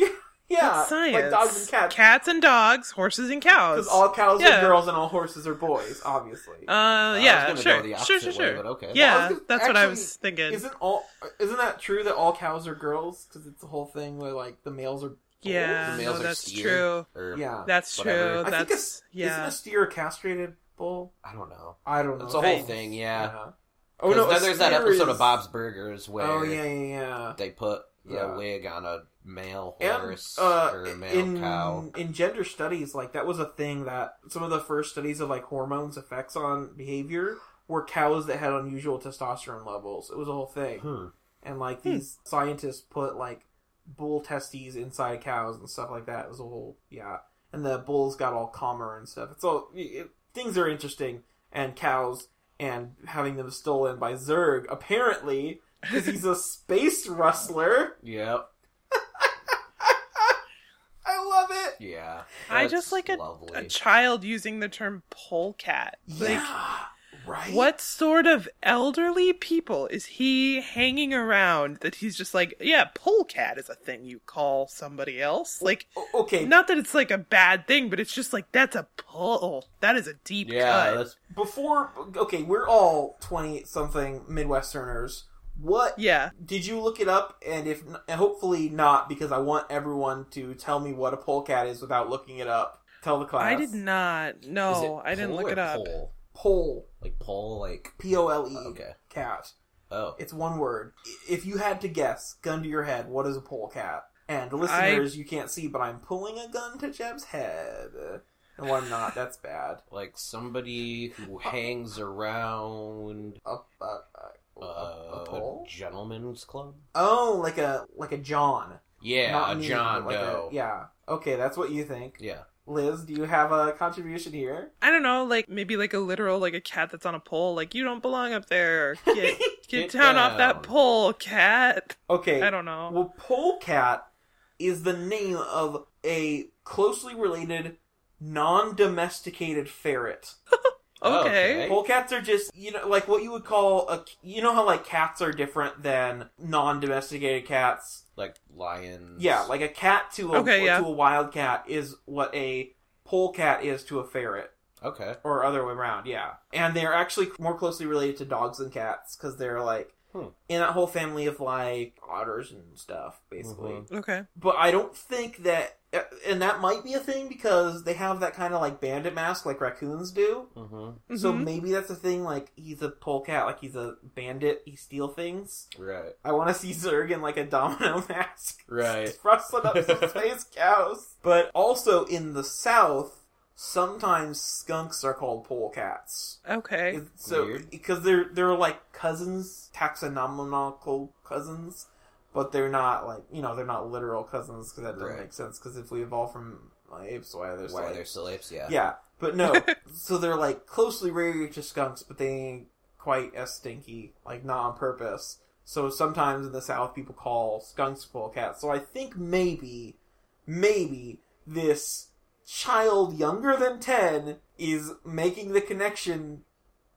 [SPEAKER 2] Yeah,
[SPEAKER 5] That's science.
[SPEAKER 2] like dogs and cats.
[SPEAKER 5] and dogs, horses and cows.
[SPEAKER 2] Because all cows
[SPEAKER 5] Yeah.
[SPEAKER 2] are girls and all horses are boys, obviously.
[SPEAKER 5] uh,
[SPEAKER 4] was
[SPEAKER 5] yeah,
[SPEAKER 4] gonna go
[SPEAKER 5] sure,
[SPEAKER 4] the
[SPEAKER 5] sure,
[SPEAKER 4] opposite
[SPEAKER 5] sure,
[SPEAKER 4] way,
[SPEAKER 5] sure.
[SPEAKER 4] but okay.
[SPEAKER 2] Well, I
[SPEAKER 5] Yeah,
[SPEAKER 2] was gonna-
[SPEAKER 5] that's what I
[SPEAKER 2] actually,
[SPEAKER 5] was thinking.
[SPEAKER 2] Isn't all isn't that true that all cows are girls? Because it's the whole thing where like the males are. bulls?
[SPEAKER 5] Yeah,
[SPEAKER 4] The
[SPEAKER 5] no,
[SPEAKER 4] males are
[SPEAKER 5] that's
[SPEAKER 4] steer,
[SPEAKER 5] true.
[SPEAKER 4] Or,
[SPEAKER 2] Yeah.
[SPEAKER 5] That's
[SPEAKER 4] Whatever.
[SPEAKER 5] true.
[SPEAKER 2] I think
[SPEAKER 5] That's
[SPEAKER 2] it's isn't
[SPEAKER 5] yeah.
[SPEAKER 2] a steer a castrated bull?
[SPEAKER 4] I don't know.
[SPEAKER 2] I don't know.
[SPEAKER 4] It's a whole thing, yeah.
[SPEAKER 2] Uh-huh.
[SPEAKER 4] Oh no!
[SPEAKER 2] a
[SPEAKER 4] Then there's that
[SPEAKER 2] steer
[SPEAKER 4] episode
[SPEAKER 2] is-
[SPEAKER 4] of Bob's Burgers where
[SPEAKER 2] Oh yeah, yeah, yeah.
[SPEAKER 4] they put the
[SPEAKER 2] Yeah.
[SPEAKER 4] wig on a male
[SPEAKER 2] And
[SPEAKER 4] horse
[SPEAKER 2] uh,
[SPEAKER 4] or a male
[SPEAKER 2] in
[SPEAKER 4] cow.
[SPEAKER 2] in gender studies, like that was a thing that some of the first studies of like hormones effects on behavior were cows that had unusual testosterone levels. It was a whole thing.
[SPEAKER 4] Hmm.
[SPEAKER 2] and like
[SPEAKER 5] Hmm.
[SPEAKER 2] these scientists put like bull testes inside cows and stuff like that. It was a whole yeah, and the bulls got all calmer and stuff. It's all it, things are interesting, and cows and having them stolen by Zerg apparently because he's a space rustler.
[SPEAKER 4] Yep.
[SPEAKER 2] I love it.
[SPEAKER 4] Yeah.
[SPEAKER 5] I
[SPEAKER 4] That's
[SPEAKER 5] just like a,
[SPEAKER 4] lovely.
[SPEAKER 5] a child using the term polecat. Like,
[SPEAKER 2] yeah, right.
[SPEAKER 5] what sort of elderly people is he hanging around that he's just like, yeah, polecat is a thing you call somebody else? Like,
[SPEAKER 2] O- Okay,
[SPEAKER 5] not that it's like a bad thing, but it's just like, that's a pole. That is a deep
[SPEAKER 4] yeah.
[SPEAKER 5] cut.
[SPEAKER 4] That's
[SPEAKER 2] before okay, we're all twenty something Midwesterners. What
[SPEAKER 5] yeah.
[SPEAKER 2] Did you look it up? And if and hopefully not, because I want everyone to tell me what a polecat is without looking it up. Tell the class.
[SPEAKER 5] I did not.
[SPEAKER 4] is
[SPEAKER 5] No,
[SPEAKER 4] it
[SPEAKER 5] Oh, I didn't
[SPEAKER 4] pole
[SPEAKER 5] look
[SPEAKER 4] or
[SPEAKER 5] it up.
[SPEAKER 4] Pole?
[SPEAKER 2] Pole.
[SPEAKER 4] Like pole. Like
[SPEAKER 2] P O L E.
[SPEAKER 4] okay.
[SPEAKER 2] Cat.
[SPEAKER 4] Oh.
[SPEAKER 2] It's one word. I- If you had to guess, gun to your head, what is a polecat? And listeners, you can't see, but I'm pulling a gun to Jeb's head. No, I'm not. That's bad.
[SPEAKER 4] like somebody who hangs around
[SPEAKER 2] A, a, a, a,
[SPEAKER 4] uh,
[SPEAKER 2] a
[SPEAKER 4] a
[SPEAKER 2] pole?
[SPEAKER 4] gentleman's club.
[SPEAKER 2] Oh, like a like a John.
[SPEAKER 4] Yeah,
[SPEAKER 2] Not
[SPEAKER 4] a
[SPEAKER 2] me,
[SPEAKER 4] John
[SPEAKER 2] like a-
[SPEAKER 4] Doe. yeah.
[SPEAKER 2] yeah. Okay, that's what you think.
[SPEAKER 4] yeah.
[SPEAKER 2] Liz, do you have a contribution here?
[SPEAKER 5] I don't know, like maybe like a literal like a cat that's on a pole. Like you don't belong up there. Get get,
[SPEAKER 4] Get
[SPEAKER 5] down, off
[SPEAKER 4] down.
[SPEAKER 5] that pole, cat.
[SPEAKER 2] Okay.
[SPEAKER 5] I don't know.
[SPEAKER 2] Well, polecat is the name of a closely related non-domesticated ferret.
[SPEAKER 5] Okay.
[SPEAKER 4] okay.
[SPEAKER 2] Polecats are just, you know, like what you would call a you know how like cats are different than non-domesticated cats?
[SPEAKER 4] Like lions.
[SPEAKER 2] Yeah, like a cat to a
[SPEAKER 5] Okay, yeah.
[SPEAKER 2] to a wild cat is what a polecat is to a ferret
[SPEAKER 4] okay.
[SPEAKER 2] or other way around, yeah. And they're actually more closely related to dogs and cats cuz they're like
[SPEAKER 4] Hmm.
[SPEAKER 2] in that whole family of like otters and stuff basically.
[SPEAKER 4] Mhm.
[SPEAKER 5] Okay.
[SPEAKER 2] but I don't think that, uh, and that might be a thing because they have that kind of like bandit mask like raccoons do.
[SPEAKER 4] Mm-hmm.
[SPEAKER 2] So
[SPEAKER 5] Mhm.
[SPEAKER 2] maybe that's a thing. Like he's a polecat, like he's a bandit. He steal things.
[SPEAKER 4] Right.
[SPEAKER 2] I want to see Zerg in like a domino mask,
[SPEAKER 4] Right.
[SPEAKER 2] rustling up some space cows. But also in the South, sometimes skunks are called polecats.
[SPEAKER 5] okay.
[SPEAKER 2] It's- So
[SPEAKER 4] Weird.
[SPEAKER 2] because they're they're like cousins, taxonomical cousins, but they're not like you know they're not literal cousins because that doesn't
[SPEAKER 4] Right.
[SPEAKER 2] make sense. Because if we evolve from like, apes, why are there
[SPEAKER 4] Why
[SPEAKER 2] like,
[SPEAKER 4] they're still apes? Yeah.
[SPEAKER 2] yeah, but no. so they're like closely related to skunks, but they ain't quite as stinky, like not on purpose. So sometimes in the South, people call skunks polecats. So I think maybe, maybe this child younger than ten is making the connection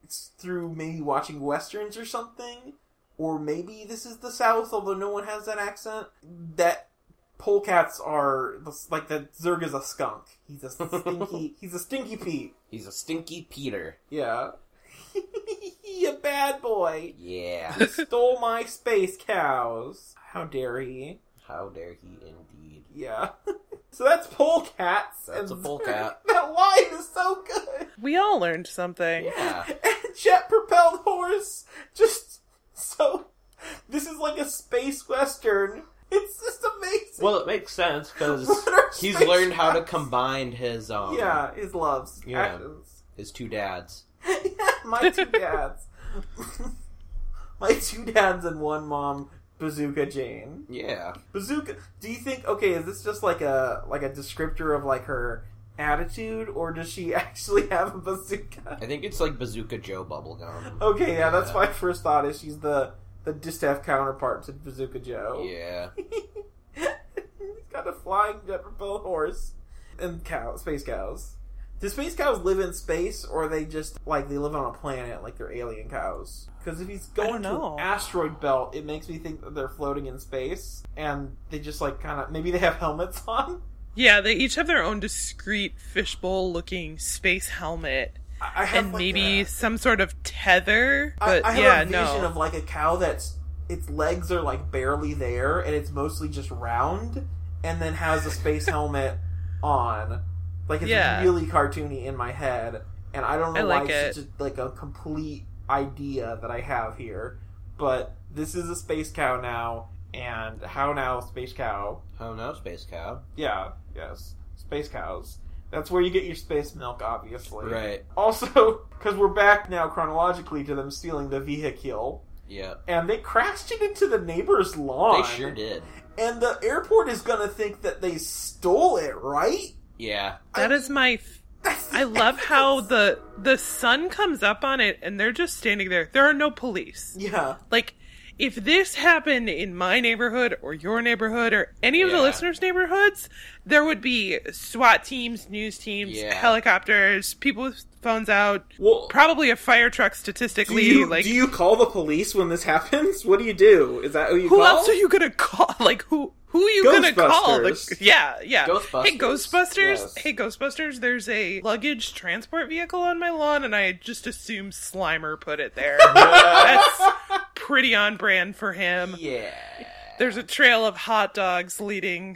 [SPEAKER 2] s- through maybe watching westerns or something, or maybe this is the South, although no one has that accent. That polecats are like that Zerg is a skunk. He's a stinky. he's a stinky Pete.
[SPEAKER 4] He's a stinky Peter.
[SPEAKER 2] Yeah. you bad boy.
[SPEAKER 4] Yeah.
[SPEAKER 2] Stole my space cows. How dare he?
[SPEAKER 4] How dare he indeed.
[SPEAKER 2] Yeah. so that's polecats.
[SPEAKER 4] That's
[SPEAKER 2] and
[SPEAKER 4] a polecat.
[SPEAKER 2] That line is so good.
[SPEAKER 5] We all learned something.
[SPEAKER 4] Yeah.
[SPEAKER 2] And jet propelled horse. Just so. This is like a space western. It's just amazing.
[SPEAKER 4] Well, it makes sense because
[SPEAKER 2] What are
[SPEAKER 4] he's
[SPEAKER 2] space
[SPEAKER 4] learned how to
[SPEAKER 2] cats?
[SPEAKER 4] combine his um
[SPEAKER 2] yeah, his loves.
[SPEAKER 4] yeah.
[SPEAKER 2] Actions.
[SPEAKER 4] his two dads.
[SPEAKER 2] my two dads. my two dads and one mom, Bazooka Jane.
[SPEAKER 4] Yeah.
[SPEAKER 2] Bazooka. Do you think? Okay, is this just like a like a descriptor of like her attitude, or does she actually have a bazooka?
[SPEAKER 4] I think it's like Bazooka Joe bubblegum.
[SPEAKER 2] Okay, yeah, that's
[SPEAKER 4] Yeah.
[SPEAKER 2] my first thought. Is she's the the distaff counterpart to Bazooka Joe?
[SPEAKER 4] Yeah.
[SPEAKER 2] He's got a flying jet propelled horse and cow, space cows. Do space cows live in space, or are they just like they live on a planet, like they're alien cows? Because if he's going
[SPEAKER 5] don't
[SPEAKER 2] to
[SPEAKER 5] know.
[SPEAKER 2] an asteroid belt, it makes me think that they're floating in space, and they just like kind of maybe they have helmets on.
[SPEAKER 5] Yeah, they each have their own discreet fishbowl-looking space helmet,
[SPEAKER 2] I, I have
[SPEAKER 5] and
[SPEAKER 2] like,
[SPEAKER 5] maybe
[SPEAKER 2] a-
[SPEAKER 5] some sort of tether. But
[SPEAKER 2] I, I have
[SPEAKER 5] yeah,
[SPEAKER 2] a vision
[SPEAKER 5] no.
[SPEAKER 2] of like a cow that's its legs are like barely there, and it's mostly just round, and then has a space helmet on. Like it's
[SPEAKER 5] Yeah.
[SPEAKER 2] really cartoony in my head, and I don't know
[SPEAKER 5] I like
[SPEAKER 2] why it's
[SPEAKER 5] it.
[SPEAKER 2] such a, like a complete idea that I have here. But this is a space cow now, and how now space cow?
[SPEAKER 4] Oh no, space cow.
[SPEAKER 2] Yeah, yes, space cows. That's where you get your space milk, obviously.
[SPEAKER 4] Right.
[SPEAKER 2] Also, because we're back now chronologically to them stealing the vehicle
[SPEAKER 4] Yeah.
[SPEAKER 2] and they crashed it into the neighbor's lawn.
[SPEAKER 4] They sure did.
[SPEAKER 2] And the airport is gonna think that they stole it, right?
[SPEAKER 4] Yeah.
[SPEAKER 5] That is my. F- I love how the the sun comes up on it, and they're just standing there. There are no police.
[SPEAKER 2] Yeah,
[SPEAKER 5] Like, if this happened in my neighborhood or your neighborhood or any of the
[SPEAKER 4] Yeah.
[SPEAKER 5] listeners' neighborhoods, there would be SWAT teams, news teams,
[SPEAKER 4] Yeah.
[SPEAKER 5] helicopters, people with phones out,
[SPEAKER 2] well,
[SPEAKER 5] probably a fire truck.
[SPEAKER 2] do
[SPEAKER 5] Statistically,
[SPEAKER 2] you,
[SPEAKER 5] like
[SPEAKER 2] do you call the police when this happens? What do you do? Is that who you
[SPEAKER 5] who
[SPEAKER 2] call?
[SPEAKER 5] else are you gonna call? Like who? Who are you gonna call?
[SPEAKER 2] Ghostbusters.
[SPEAKER 5] The, yeah, yeah. Hey,
[SPEAKER 4] Ghostbusters.
[SPEAKER 5] Ghostbusters!
[SPEAKER 2] Yes.
[SPEAKER 5] Hey, Ghostbusters! There's a luggage transport vehicle on my lawn, and I just assume Slimer put it there. That's pretty on brand for him.
[SPEAKER 4] Yeah.
[SPEAKER 5] There's a trail of hot dogs leading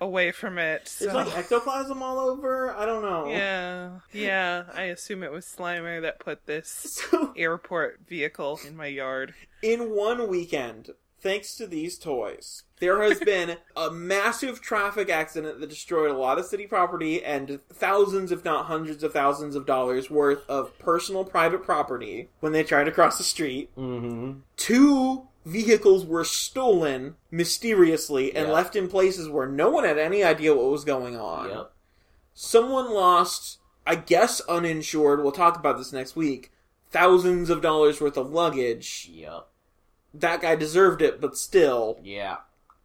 [SPEAKER 5] away from it.
[SPEAKER 2] There's
[SPEAKER 5] So.
[SPEAKER 2] like ectoplasm all over. I don't know.
[SPEAKER 5] yeah, yeah. I assume it was Slimer that put this
[SPEAKER 2] So
[SPEAKER 5] airport vehicle in my yard.
[SPEAKER 2] in one weekend, thanks to these toys, there has been a massive traffic accident that destroyed a lot of city property and thousands, if not hundreds of thousands of dollars worth of personal private property when they tried to cross the street.
[SPEAKER 4] Mm-hmm.
[SPEAKER 2] Two vehicles were stolen mysteriously and
[SPEAKER 4] Yeah.
[SPEAKER 2] left in places where no one had any idea what was going on.
[SPEAKER 4] Yep.
[SPEAKER 2] Someone lost, I guess uninsured, we'll talk about this next week, thousands of dollars worth of luggage
[SPEAKER 4] Yep.
[SPEAKER 2] that guy deserved it, but still,
[SPEAKER 4] Yeah.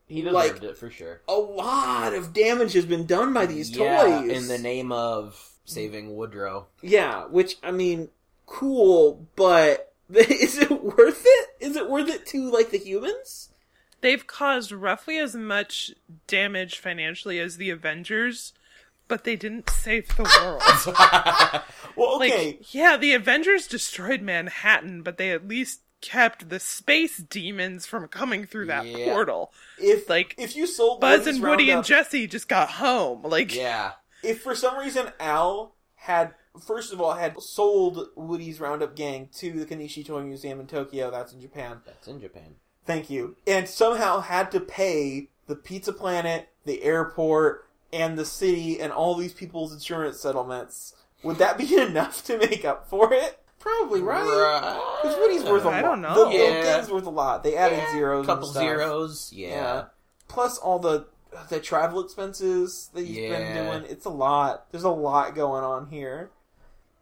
[SPEAKER 4] He deserved
[SPEAKER 2] Like-
[SPEAKER 4] it for sure.
[SPEAKER 2] a lot of damage has been done by these
[SPEAKER 4] yeah,
[SPEAKER 2] toys.
[SPEAKER 4] in the name of saving Woodrow.
[SPEAKER 2] yeah, which I mean, cool, but is it worth it? Is it worth it to like the humans?
[SPEAKER 5] They've caused roughly as much damage financially as the Avengers, but they didn't save the world.
[SPEAKER 2] Well,
[SPEAKER 5] like,
[SPEAKER 2] okay,
[SPEAKER 5] yeah, the Avengers destroyed Manhattan, but they at least kept the space demons from coming through that
[SPEAKER 4] Yeah.
[SPEAKER 5] portal.
[SPEAKER 2] if
[SPEAKER 5] like,
[SPEAKER 2] if you sold
[SPEAKER 5] Buzz
[SPEAKER 2] Woody's
[SPEAKER 5] and Woody
[SPEAKER 2] Roundup-
[SPEAKER 5] and Jesse just got home. Like,
[SPEAKER 4] yeah.
[SPEAKER 2] if for some reason Al had first of all had sold Woody's Roundup gang to the Kanishi Toy Museum in Tokyo, that's in Japan.
[SPEAKER 4] That's in Japan.
[SPEAKER 2] Thank you. And somehow had to pay the Pizza Planet, the airport, and the city, and all these people's insurance settlements. Would that be enough to make up for it? Probably, right? Because Woody's worth a lot.
[SPEAKER 5] I don't know.
[SPEAKER 2] The little
[SPEAKER 4] Yeah.
[SPEAKER 2] thing's worth a lot. They added zeros, and
[SPEAKER 4] Couple
[SPEAKER 2] stuff.
[SPEAKER 4] zeros. Yeah.
[SPEAKER 2] Yeah. Plus all the the travel expenses that you've
[SPEAKER 4] Yeah.
[SPEAKER 2] been doing. It's a lot. There's a lot going on here.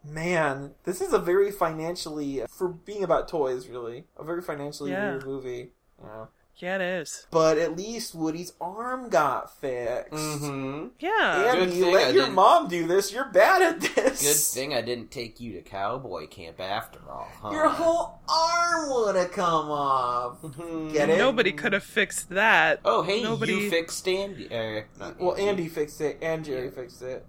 [SPEAKER 2] Man, this is a very financially for being about toys, really. A very financially
[SPEAKER 5] Yeah.
[SPEAKER 2] weird movie. Yeah.
[SPEAKER 5] yeah, it is.
[SPEAKER 2] But at least Woody's arm got fixed.
[SPEAKER 4] Mm-hmm.
[SPEAKER 5] Yeah.
[SPEAKER 2] And
[SPEAKER 4] Good
[SPEAKER 2] you
[SPEAKER 4] thing
[SPEAKER 2] let
[SPEAKER 4] I
[SPEAKER 2] your
[SPEAKER 4] didn't-
[SPEAKER 2] mom do this. You're bad at
[SPEAKER 4] Good
[SPEAKER 2] this.
[SPEAKER 4] thing I didn't take you to cowboy camp after all, huh?
[SPEAKER 2] Your whole arm would have come off.
[SPEAKER 4] Mhm.
[SPEAKER 2] Get it?
[SPEAKER 5] Nobody could have fixed that.
[SPEAKER 4] Oh, hey,
[SPEAKER 5] Nobody-
[SPEAKER 4] you fixed Andy. Er, not
[SPEAKER 2] Well, Andy fixed it, and Jerry fixed it.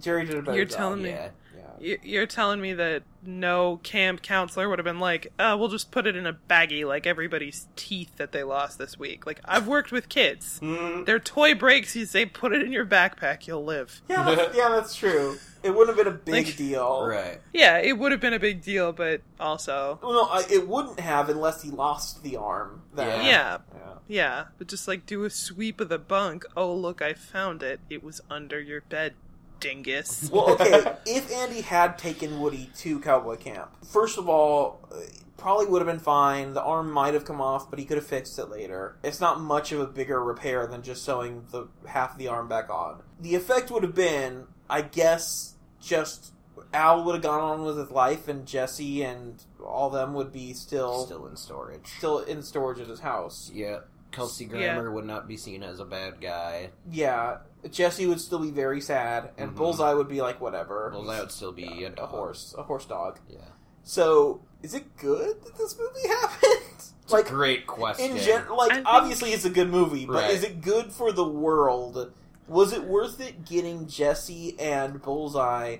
[SPEAKER 2] Jerry did a better
[SPEAKER 5] You're
[SPEAKER 2] job.
[SPEAKER 5] telling me.
[SPEAKER 4] Yeah.
[SPEAKER 2] Yeah.
[SPEAKER 5] You- You're telling me that no camp counselor would have been like, uh, we'll just put it in a baggie like everybody's teeth that they lost this week. Like, I've worked with kids.
[SPEAKER 2] Mm-hmm.
[SPEAKER 5] Their toy breaks, you say, put it in your backpack, you'll live.
[SPEAKER 2] Yeah, that's- yeah, that's true. It wouldn't have been a big
[SPEAKER 5] Like-
[SPEAKER 2] deal.
[SPEAKER 4] Right.
[SPEAKER 5] Yeah, it would have been a big deal, but also.
[SPEAKER 2] Well, no, I, it wouldn't have unless he lost the arm. Then.
[SPEAKER 5] Yeah,
[SPEAKER 2] Yeah.
[SPEAKER 5] yeah. But just like do a sweep of the bunk. Oh, look, I found it. It was under your bed, dingus.
[SPEAKER 2] Well, okay, if Andy had taken Woody to cowboy camp, first of all, uh, probably would have been fine. The arm might have come off, but he could have fixed it later. It's not much of a bigger repair than just sewing the half the arm back on. The effect would have been, I guess, just Al would have gone on with his life, and Jesse and all them would be still
[SPEAKER 4] Still in storage.
[SPEAKER 2] still in storage at his house.
[SPEAKER 4] Yeah. Kelsey
[SPEAKER 5] Yeah.
[SPEAKER 4] Grammer would not be seen as a bad guy.
[SPEAKER 2] Yeah, Jesse would still be very sad, and
[SPEAKER 4] Mhm.
[SPEAKER 2] Bullseye would be like, whatever.
[SPEAKER 4] Bullseye would still be a,
[SPEAKER 2] a
[SPEAKER 4] dog.
[SPEAKER 2] horse, a horse dog.
[SPEAKER 4] Yeah,
[SPEAKER 2] So, is it good that this movie happened? like,
[SPEAKER 4] great question.
[SPEAKER 2] in gen- like
[SPEAKER 5] I think-
[SPEAKER 2] obviously it's a good movie, but
[SPEAKER 4] Right.
[SPEAKER 2] is it good for the world? Was it worth it getting Jesse and Bullseye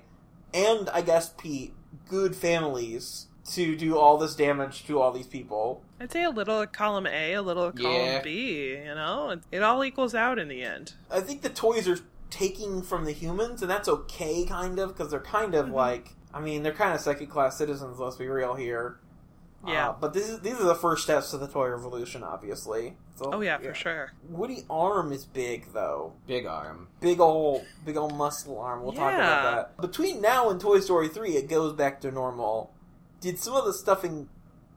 [SPEAKER 2] and I guess Pete good families to do all this damage to all these people?
[SPEAKER 5] I'd say a little at column A, a little at column
[SPEAKER 4] Yeah.
[SPEAKER 5] B. You know, It- it all equals out in the end.
[SPEAKER 2] I think the toys are taking from the humans, and that's okay, kind of, because they're kind of
[SPEAKER 5] Mhm.
[SPEAKER 2] like I mean they're kind of second class citizens. Let's be real here.
[SPEAKER 5] Yeah.
[SPEAKER 2] Uh, but this is, these are the first steps to the toy revolution, obviously. So,
[SPEAKER 5] Oh yeah, for sure.
[SPEAKER 2] Woody arm is big though.
[SPEAKER 4] Big arm.
[SPEAKER 2] big old big old muscle arm. We'll talk
[SPEAKER 5] Yeah.
[SPEAKER 2] about that. Between now and Toy Story three, it goes back to normal. Did some of the stuffing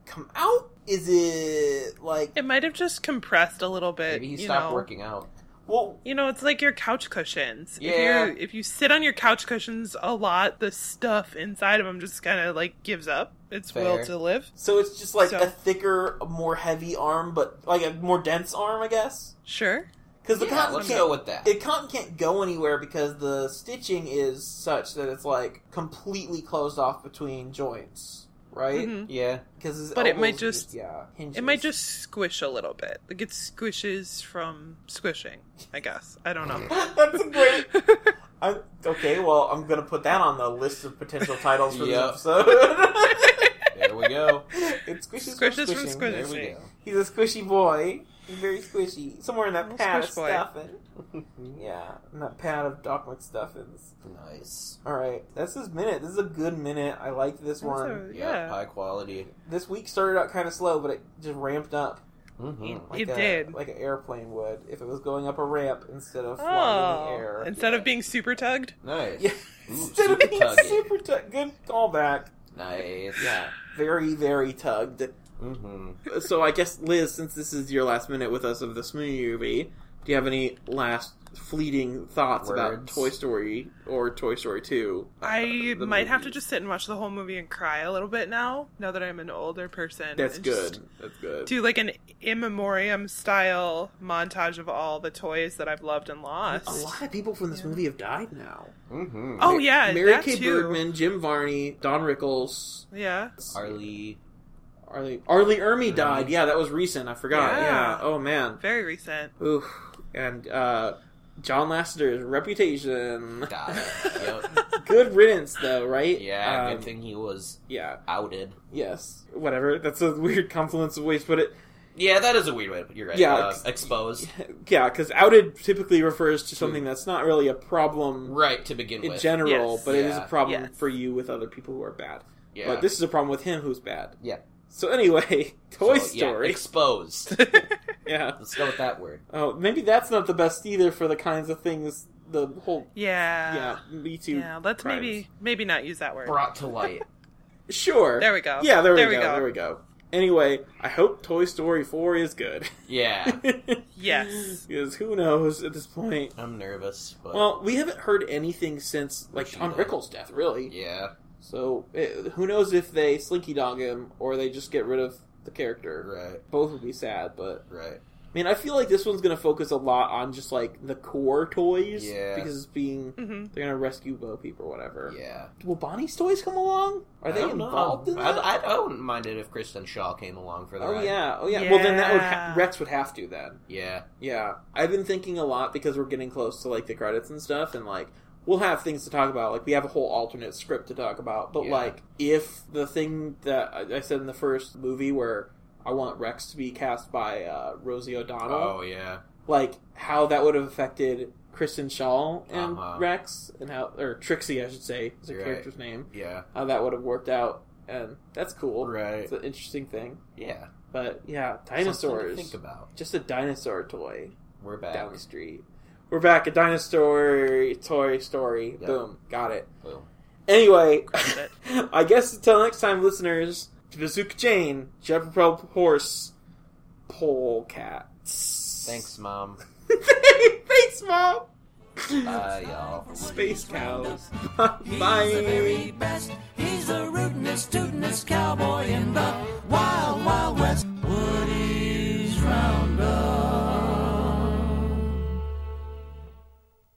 [SPEAKER 2] come out? Is it like
[SPEAKER 5] It might have just compressed a little bit.
[SPEAKER 4] Maybe he
[SPEAKER 5] Uh, you
[SPEAKER 4] stopped
[SPEAKER 5] know.
[SPEAKER 4] working out.
[SPEAKER 2] well?
[SPEAKER 5] You know, it's like your couch cushions.
[SPEAKER 4] Yeah.
[SPEAKER 5] If you if you sit on your couch cushions a lot, the stuff inside of them just kind of like gives up its will
[SPEAKER 4] Fair.
[SPEAKER 5] to live.
[SPEAKER 2] So it's just like
[SPEAKER 5] So-
[SPEAKER 2] a thicker, more heavy arm, but like a more dense arm, I guess.
[SPEAKER 5] Sure.
[SPEAKER 2] Because the
[SPEAKER 4] Yeah,
[SPEAKER 2] cotton
[SPEAKER 4] let's
[SPEAKER 2] can't
[SPEAKER 4] go with that.
[SPEAKER 2] It cotton can't go anywhere because the stitching is such that it's like completely closed off between joints, right?
[SPEAKER 5] Mhm.
[SPEAKER 4] yeah,
[SPEAKER 2] Because
[SPEAKER 5] But it might just-
[SPEAKER 2] yeah hinges.
[SPEAKER 5] It might just squish a little bit. Like it squishes from squishing, I guess. I don't know.
[SPEAKER 2] That's a great I, okay, well, I'm gonna put that on the list of potential titles for
[SPEAKER 4] Yep.
[SPEAKER 2] this episode.
[SPEAKER 4] there we go.
[SPEAKER 2] it's squishy
[SPEAKER 5] Squishes from
[SPEAKER 2] squishing.
[SPEAKER 5] squish.
[SPEAKER 4] there we go.
[SPEAKER 2] He's a squishy boy. He's very squishy. Somewhere in that
[SPEAKER 5] Little
[SPEAKER 2] pad of
[SPEAKER 5] squish boy.
[SPEAKER 2] stuffing. yeah, in that pad of Doc McStuffins.
[SPEAKER 4] Nice.
[SPEAKER 2] All right, that's his minute. This is a good minute. I like this one.
[SPEAKER 5] So,
[SPEAKER 4] Yeah,
[SPEAKER 5] yeah.
[SPEAKER 4] high quality.
[SPEAKER 2] This week started out kind of slow, but it just ramped up
[SPEAKER 4] Mhm.
[SPEAKER 2] like
[SPEAKER 5] It
[SPEAKER 2] a,
[SPEAKER 5] did.
[SPEAKER 2] like an airplane would if it was going up a ramp instead of flying in the
[SPEAKER 5] Oh.
[SPEAKER 2] air.
[SPEAKER 5] Instead of being super tugged.
[SPEAKER 4] Nice.
[SPEAKER 2] yeah,
[SPEAKER 4] Ooh,
[SPEAKER 2] instead of
[SPEAKER 4] super
[SPEAKER 2] being
[SPEAKER 4] tuggy.
[SPEAKER 2] super tug. Good callback.
[SPEAKER 4] Nice.
[SPEAKER 2] Yeah, very, very tugged.
[SPEAKER 4] Mm-hmm.
[SPEAKER 2] So I guess Liz, since this is your last minute with us of this movie, do you have any last fleeting thoughts about
[SPEAKER 4] Words.
[SPEAKER 2] Toy Story or Toy Story Two?
[SPEAKER 5] I might have to just sit and watch the whole movie and cry a little bit now, now that I'm an older person.
[SPEAKER 2] That's
[SPEAKER 5] and
[SPEAKER 2] good.
[SPEAKER 5] just
[SPEAKER 2] That's good.
[SPEAKER 5] Do like an in memoriam style montage of all the toys that I've loved and lost.
[SPEAKER 2] a lot of people from this movie have died now.
[SPEAKER 4] Mm-hmm.
[SPEAKER 5] Oh yeah,
[SPEAKER 2] Mary
[SPEAKER 5] that
[SPEAKER 2] Kay
[SPEAKER 5] too.
[SPEAKER 2] Bergman, Jim Varney, Don Rickles,
[SPEAKER 5] Yeah.
[SPEAKER 4] Arlie.
[SPEAKER 2] Arlie Arlie Ermy died. Yeah, that was recent. I forgot. Yeah.
[SPEAKER 5] Yeah.
[SPEAKER 2] Oh man.
[SPEAKER 5] Very recent.
[SPEAKER 2] Oof. And uh, John Lasseter's Reputation.
[SPEAKER 4] Died. Yep.
[SPEAKER 2] Good riddance, though, right?
[SPEAKER 4] Yeah,
[SPEAKER 2] Um,
[SPEAKER 4] good thing he was
[SPEAKER 2] Yeah.
[SPEAKER 4] outed.
[SPEAKER 2] Yes. Whatever. That's a weird confluence of ways to put it.
[SPEAKER 4] Yeah, that is a weird way to put. You're right.
[SPEAKER 2] Yeah,
[SPEAKER 4] Uh,
[SPEAKER 2] ex-
[SPEAKER 4] exposed.
[SPEAKER 2] Yeah, because outed typically refers to something that's not really a problem
[SPEAKER 4] Right to begin
[SPEAKER 2] in
[SPEAKER 4] with.
[SPEAKER 2] general,
[SPEAKER 5] Yes.
[SPEAKER 2] but it is a
[SPEAKER 4] Yeah.
[SPEAKER 2] problem
[SPEAKER 5] Yes.
[SPEAKER 2] for you with other people who are bad.
[SPEAKER 4] yeah.
[SPEAKER 2] But this is a problem with him who's bad.
[SPEAKER 4] Yeah.
[SPEAKER 2] So anyway, Toy
[SPEAKER 4] So, yeah,
[SPEAKER 2] Story.
[SPEAKER 4] exposed.
[SPEAKER 2] yeah.
[SPEAKER 4] Let's go with that word.
[SPEAKER 2] Oh, maybe that's not the best either for the kinds of things the whole.
[SPEAKER 5] yeah.
[SPEAKER 2] Yeah, Me Too.
[SPEAKER 5] Yeah. Let's
[SPEAKER 2] crimes.
[SPEAKER 5] maybe maybe not use that word.
[SPEAKER 4] Brought to light.
[SPEAKER 2] Sure.
[SPEAKER 5] There we go.
[SPEAKER 2] Yeah, there,
[SPEAKER 5] There
[SPEAKER 2] we,
[SPEAKER 5] we
[SPEAKER 2] go,
[SPEAKER 5] go.
[SPEAKER 2] There we go. Anyway, I hope Toy Story 4 is good.
[SPEAKER 4] Yeah.
[SPEAKER 5] Yes.
[SPEAKER 2] because who knows at this point.
[SPEAKER 4] I'm nervous, but uh,
[SPEAKER 2] Well, we haven't heard anything since like
[SPEAKER 4] She
[SPEAKER 2] Tom
[SPEAKER 4] died.
[SPEAKER 2] Rickles' death, really.
[SPEAKER 4] yeah,
[SPEAKER 2] So it, who knows if they slinky dog him or they just get rid of the character.
[SPEAKER 4] right,
[SPEAKER 2] Both would be sad, but
[SPEAKER 4] right.
[SPEAKER 2] I mean, I feel like this one's gonna focus a lot on just like the core toys,
[SPEAKER 4] Yeah.
[SPEAKER 2] because it's being
[SPEAKER 5] hmm
[SPEAKER 2] they're gonna rescue Bo Peep or whatever.
[SPEAKER 4] Yeah.
[SPEAKER 2] Will Bonnie's toys come along? Are
[SPEAKER 4] I
[SPEAKER 2] they
[SPEAKER 4] don't know.
[SPEAKER 2] involved in that?
[SPEAKER 4] I, I, I wouldn't mind it if Kristen Shaw came along for the
[SPEAKER 2] oh
[SPEAKER 4] ride.
[SPEAKER 2] yeah, oh yeah. Well, then that would ha-
[SPEAKER 5] Yeah.
[SPEAKER 2] Rex would have to then.
[SPEAKER 4] Yeah.
[SPEAKER 2] Yeah, I've been thinking a lot because we're getting close to like the credits and stuff, and like we'll have things to talk about. Like we have a whole alternate script to talk about, but
[SPEAKER 4] Yeah.
[SPEAKER 2] like if the thing that I I said in the first movie where I want Rex to be cast by uh, Rosie O'Donnell,
[SPEAKER 4] Oh yeah.
[SPEAKER 2] like how that would have affected Kristen Shaw and
[SPEAKER 4] Uh-huh.
[SPEAKER 2] Rex, and how or Trixie, I should say, is her
[SPEAKER 4] Right.
[SPEAKER 2] character's name,
[SPEAKER 4] Yeah.
[SPEAKER 2] how that would have worked out, and that's cool.
[SPEAKER 4] Right.
[SPEAKER 2] It's an interesting thing,
[SPEAKER 4] Yeah.
[SPEAKER 2] but yeah,
[SPEAKER 4] Something to
[SPEAKER 2] dinosaurs.
[SPEAKER 4] Think about.
[SPEAKER 2] just a dinosaur toy
[SPEAKER 4] We're back.
[SPEAKER 2] down the street. We're back at Dinosaur Toy Story.
[SPEAKER 4] Yep.
[SPEAKER 2] Boom, got it.
[SPEAKER 4] Boom.
[SPEAKER 2] Anyway,
[SPEAKER 5] Crushed it.
[SPEAKER 2] I guess until next time, listeners. Bazooka Jane, jet propelled horse, pole cat.
[SPEAKER 4] Thanks, mom.
[SPEAKER 2] Thanks, mom.
[SPEAKER 4] Bye, y'all.
[SPEAKER 2] Space cows.
[SPEAKER 1] He's the
[SPEAKER 2] Bye.
[SPEAKER 1] very best. He's a rootin'est, tootin'est cowboy in the